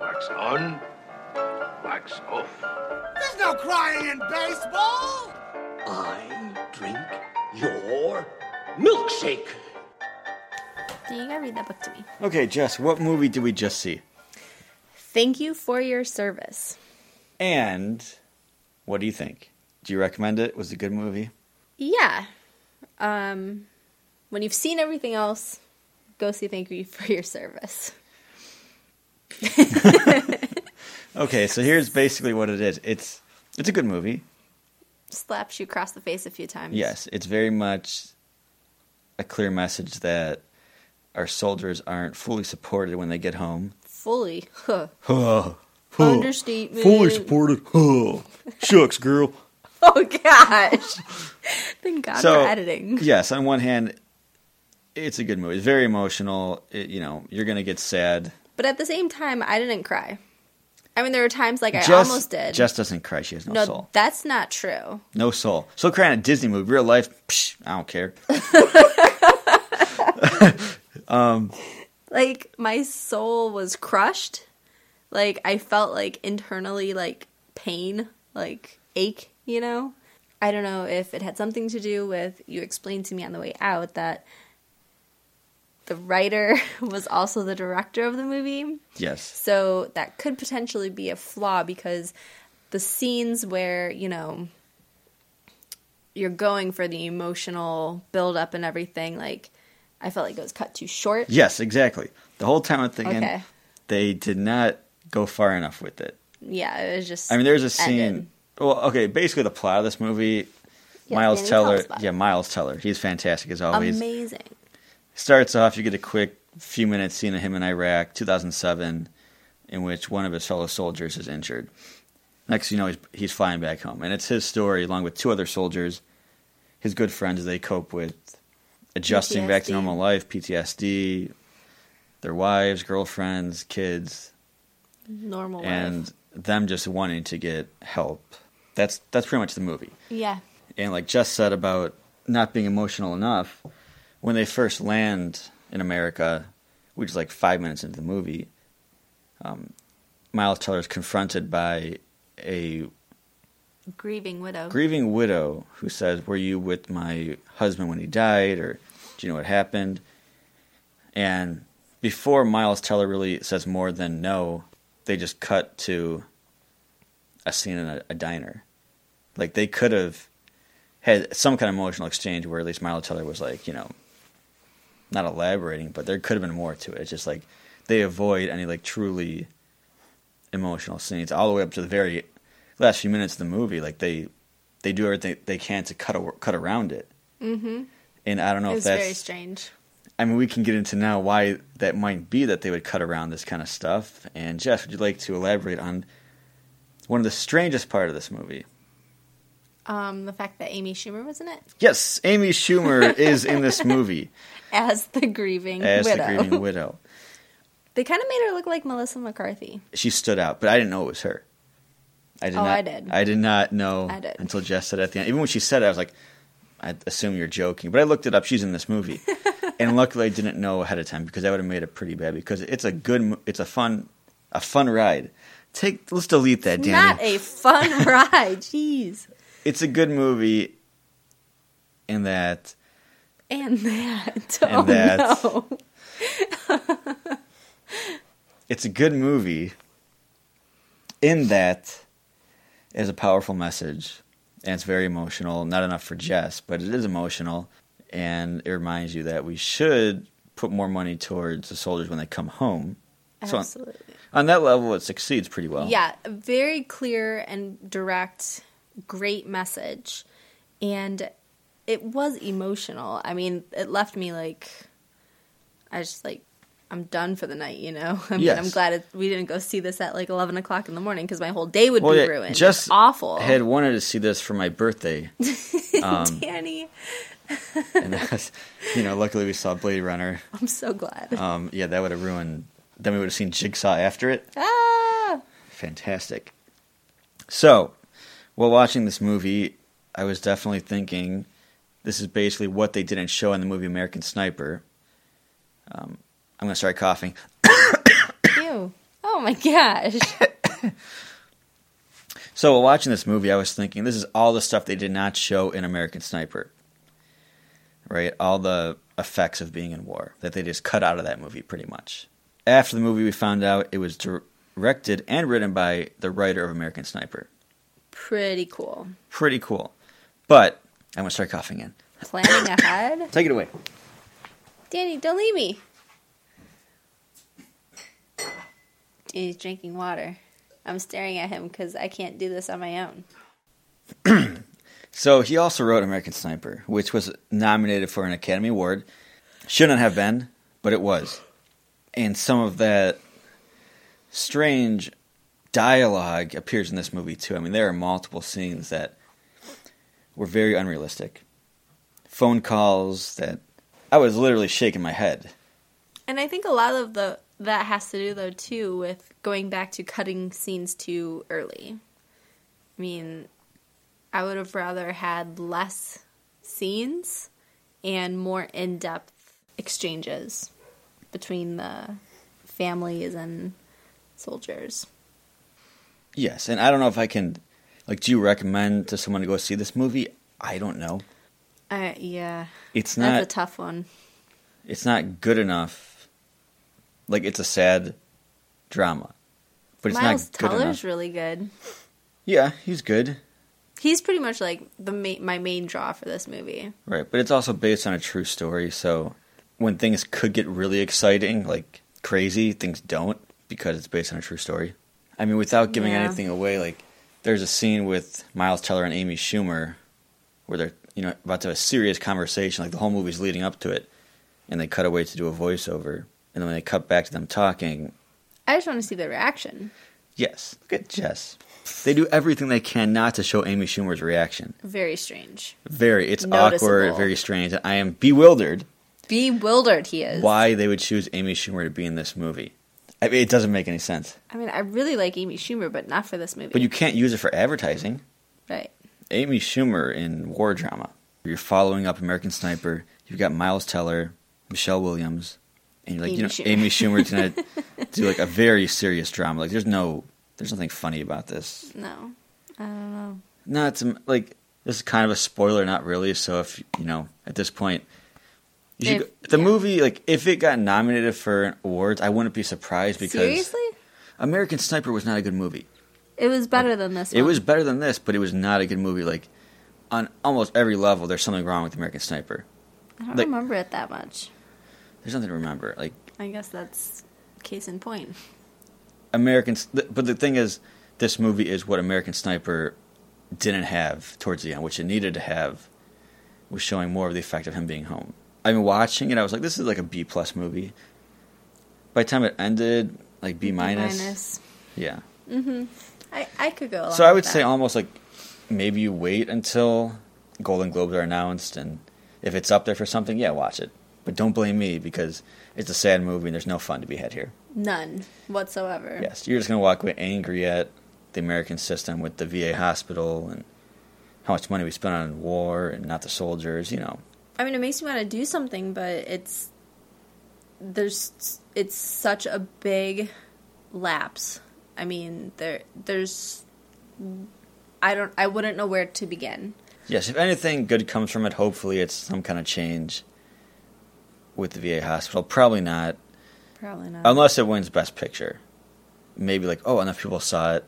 Wax on, wax off. There's no crying in baseball! I drink your milkshake. You gotta read that book to me. Okay, Jess, what movie did we just see? Thank you for your service. And what do you think? Do you recommend it? Was it a good movie? Yeah. Um, when you've seen everything else, go see Thank You for Your Service. Okay, so here's basically what it is. It's it's a good movie. Slaps you across the face a few times. Yes, it's very much a clear message that our soldiers aren't fully supported when they get home. Fully. Huh. Oh, Understatement. supported. Oh, shucks, girl. Oh gosh. Thank God so for editing. Yes, on one hand, it's a good movie. It's very emotional. It, you know, you're gonna get sad. But at the same time, I didn't cry. I mean, there were times like I Jess- almost did. Jess doesn't cry. She has no, no, soul. that's not true. No soul. So crying a Disney movie, real life. Psh, I don't care. Like my soul was crushed. Like I felt like internally like pain, like ache, you know? I don't know if it had something to do with you explained to me on the way out that the writer was also the director of the movie. Yes. So that could potentially be a flaw because the scenes where, you know, you're going for the emotional build up and everything, like I felt like it was cut too short. Yes, exactly. The whole time I'm thinking Okay. they did not go far enough with it. Yeah, it was just I mean, there's a scene. ended. Well, okay, basically the plot of this movie. Yeah, Miles Danny Teller, Kalsbach. yeah, Miles Teller. He's fantastic as always. amazing. Starts off, you get a quick few minutes scene of him in Iraq, 2007, in which one of his fellow soldiers is injured. Next, thing you know, he's he's flying back home, and it's his story along with two other soldiers, his good friends. They cope with adjusting back to PTSD. normal life, PTSD, their wives, girlfriends, kids, Normal life. and them just wanting to get help. That's that's pretty much the movie. Yeah. And like Jess said about not being emotional enough, when they first land in America, which is like five minutes into the movie, um, Miles Teller is confronted by a Grieving widow. grieving widow who says, "Were you with my husband when he died, or do you know what happened?" And before Miles Teller really says more than no, they just cut to a scene in a, a diner. Like they could have had some kind of emotional exchange where at least Miles Teller was like, you know, not elaborating, but there could have been more to it. It's just like they avoid any like truly emotional scenes all the way up to the very last few minutes of the movie. Like they they do everything they can to cut a, cut around it. Mm-hmm. And I don't know it if was that's very strange. I mean, we can get into now why that might be that they would cut around this kind of stuff. And Jess, would you like to elaborate on one of the strangest part of this movie? Um, the fact that Amy Schumer was in it Yes, Amy Schumer is in this movie as the grieving as widow. the grieving widow. They kind of made her look like Melissa McCarthy. She stood out, but I didn't know it was her. I did Oh, not, I did. I did not know I did. until Jess said it at the end. Even when she said it, I was like, I assume you're joking. But I looked it up. She's in this movie, and luckily I didn't know ahead of time because that would have made it pretty bad. Because it's a good, mo- it's a fun, a fun ride. Take let's delete that, Danny. Not a fun ride. Jeez. it's a good movie in that And that. And oh, that. no. it's a good movie in that it has a powerful message and it's very emotional not enough for jess but it is emotional and it reminds you that we should put more money towards the soldiers when they come home so on, Absolutely. on that level it succeeds pretty well Yeah, very clear and direct, great message. And it was emotional. I mean, it left me like, I was just like, I'm done for the night, you know? I mean, Yes. I'm glad it, we didn't go see this at like 11 o'clock in the morning because my whole day would well be yeah, ruined. jess It's awful. had um, wanted to see this for my birthday Danny, and that's, you know luckily we saw blade runner I'm so glad. um, yeah that would have ruined then we would have seen jigsaw after it ah! Fantastic. So, while watching this movie, I was definitely thinking this is basically what they didn't show in the movie American Sniper. Um, I'm going to start coughing. Ew. Oh, Oh my gosh. So while watching this movie, I was thinking this is all the stuff they did not show in American Sniper. Right? All the effects of being in war that they just cut out of that movie pretty much. After the movie, we found out it was directed and written by the writer of American Sniper. Pretty cool. Pretty cool. But I'm going to start coughing in. Planning ahead. Take it away. Danny, don't leave me. Danny's drinking water. I'm staring at him because I can't do this on my own. So he also wrote American Sniper, which was nominated for an Academy Award. Shouldn't have been, but it was. And some of that strange dialogue appears in this movie too. I mean, there are multiple scenes that were very unrealistic. Phone calls that I was literally shaking my head. And I think a lot of the that has to do though too with going back to cutting scenes too early. I mean, I would have rather had less scenes and more in-depth exchanges between the families and soldiers. Yes, and I don't know if I can like do you recommend to someone to go see this movie? I don't know. Uh, yeah, It's that's a not tough one. it's not good enough. Like it's a sad drama. But it's Miles not good Teller's enough. really good. yeah, he's good. He's pretty much like the ma- my main draw for this movie. Right, but it's also based on a true story, so when things could get really exciting, like crazy, things don't because it's based on a true story. I mean, without giving Yeah. anything away, like there's a scene with Miles Teller and Amy Schumer where they're, you know, about to have a serious conversation, like the whole movie's leading up to it, and they cut away to do a voiceover, and then when they cut back to them talking, I just want to see the reaction. yes, look at Jess. They do everything they can not to show Amy Schumer's reaction. Very strange. Very, it's awkward, Noticeable. very strange. I am bewildered Bewildered he is. why they would choose Amy Schumer to be in this movie. I mean, it doesn't make any sense. I mean, I really like Amy Schumer, but not for this movie. But you can't use it for advertising. right? Amy Schumer in war drama. You're following up American Sniper. You've got Miles Teller, Michelle Williams, and you're like, Amy you know, Schumer. Amy Schumer's gonna do like a very serious drama. Like, there's no, there's nothing funny about this. No, I don't know. No, it's um, like this is kind of a spoiler, not really. So if you know at this point, you should If- go- the yeah. movie like if it got nominated for awards, I wouldn't be surprised because Seriously, American Sniper was not a good movie. it was better than this. It one. was better than this, but it was not a good movie. Like on almost every level, there's something wrong with American Sniper. I don't like- remember it that much. There's nothing to remember. Like I guess that's case in point. American, th- but the thing is, this movie is what American Sniper didn't have towards the end, which it needed to have, was showing more of the effect of him being home. I mean, watching it, I was like, this is like a B plus movie. By the time it ended, like B minus, yeah. I, I could go. Along So I would with say that. almost like maybe you wait until Golden Globes are announced, and if it's up there for something, yeah, watch it. But don't blame me because it's a sad movie and there's no fun to be had here. none whatsoever. Yes, you're just gonna walk away angry at the American system with the VA hospital and how much money we spent on war and not the soldiers. You know, I mean, it makes me want to do something, but it's there's it's such a big lapse. I mean, there there's I don't I wouldn't know where to begin. yes, if anything good comes from it, hopefully it's some kind of change with the VA hospital. Probably not. Probably not. unless it wins best picture maybe like oh enough people saw it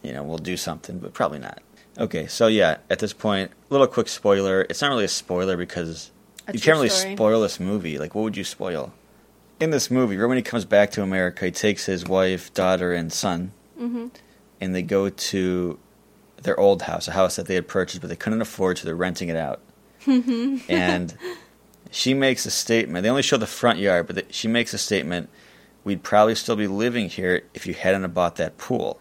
you know we'll do something but probably not okay so yeah at this point little quick spoiler it's not really a spoiler because A you true can't really story. spoil this movie like what would you spoil in this movie right when he comes back to america he takes his wife daughter and son Mm-hmm. and they go to their old house a house that they had purchased but they couldn't afford so they're renting it out Mm-hmm. and she makes a statement. They only show the front yard, but the, she makes a statement. We'd probably still be living here if you hadn't have bought that pool.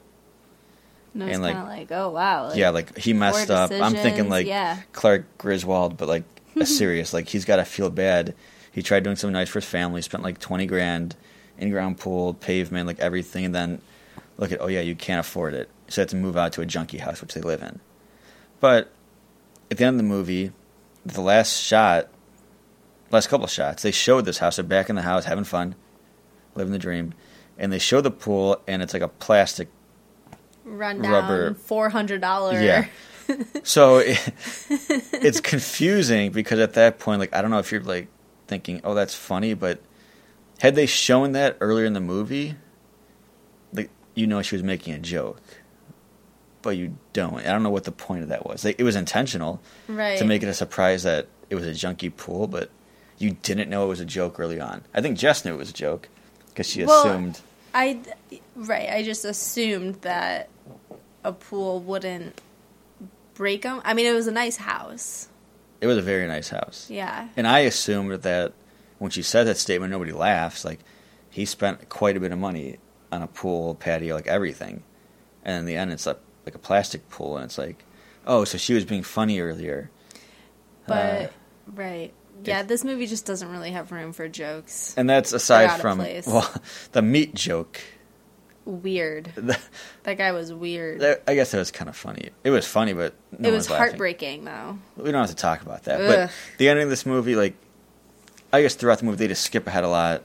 no, it's and, like- kind of like, oh wow, like, yeah, like he messed up. I'm thinking decisions, like yeah. Clark Griswold, but like a serious. Like he's got to feel bad. He tried doing something nice for his family. Spent like twenty grand in ground pool, pavement, like everything, and then look at oh yeah, you can't afford it, so they have to move out to a junkie house, which they live in. But at the end of the movie, the last shot, last couple shots, they showed this house. They're back in the house having fun, living the dream. And they show the pool, and it's like a plastic Rundown Rubber. four hundred dollar. Yeah. so it, it's confusing because at that point, like, I don't know if you're like thinking, oh, that's funny, but had they shown that earlier in the movie, like, you know, she was making a joke, but you don't. I don't know what the point of that was. Like, it was intentional Right. to make it a surprise that it was a junkie pool, but you didn't know it was a joke early on. I think Jess knew it was a joke because she Well, assumed. I right. I just assumed that a pool wouldn't break them. I mean, it was a nice house. It was a very nice house. Yeah. And I assumed that when she said that statement, nobody laughs. Like, he spent quite a bit of money on a pool, patio, like everything. And in the end, it's like, like a plastic pool, and it's like, oh, so she was being funny earlier. Uh, But right. Yeah, it's- this movie just doesn't really have room for jokes. And that's aside out of from place. well, the meat joke. Weird. That, That guy was weird. that- I guess that was kind of funny. It was funny, but no it was one's laughing. heartbreaking though. We don't have to talk about that. Ugh. But the ending of this movie, like, I guess throughout the movie they just skip ahead a lot.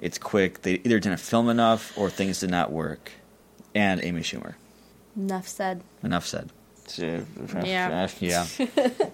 It's quick. They either didn't film enough or things did not work. And Amy Schumer. Enough said. Enough said. Yeah. yeah.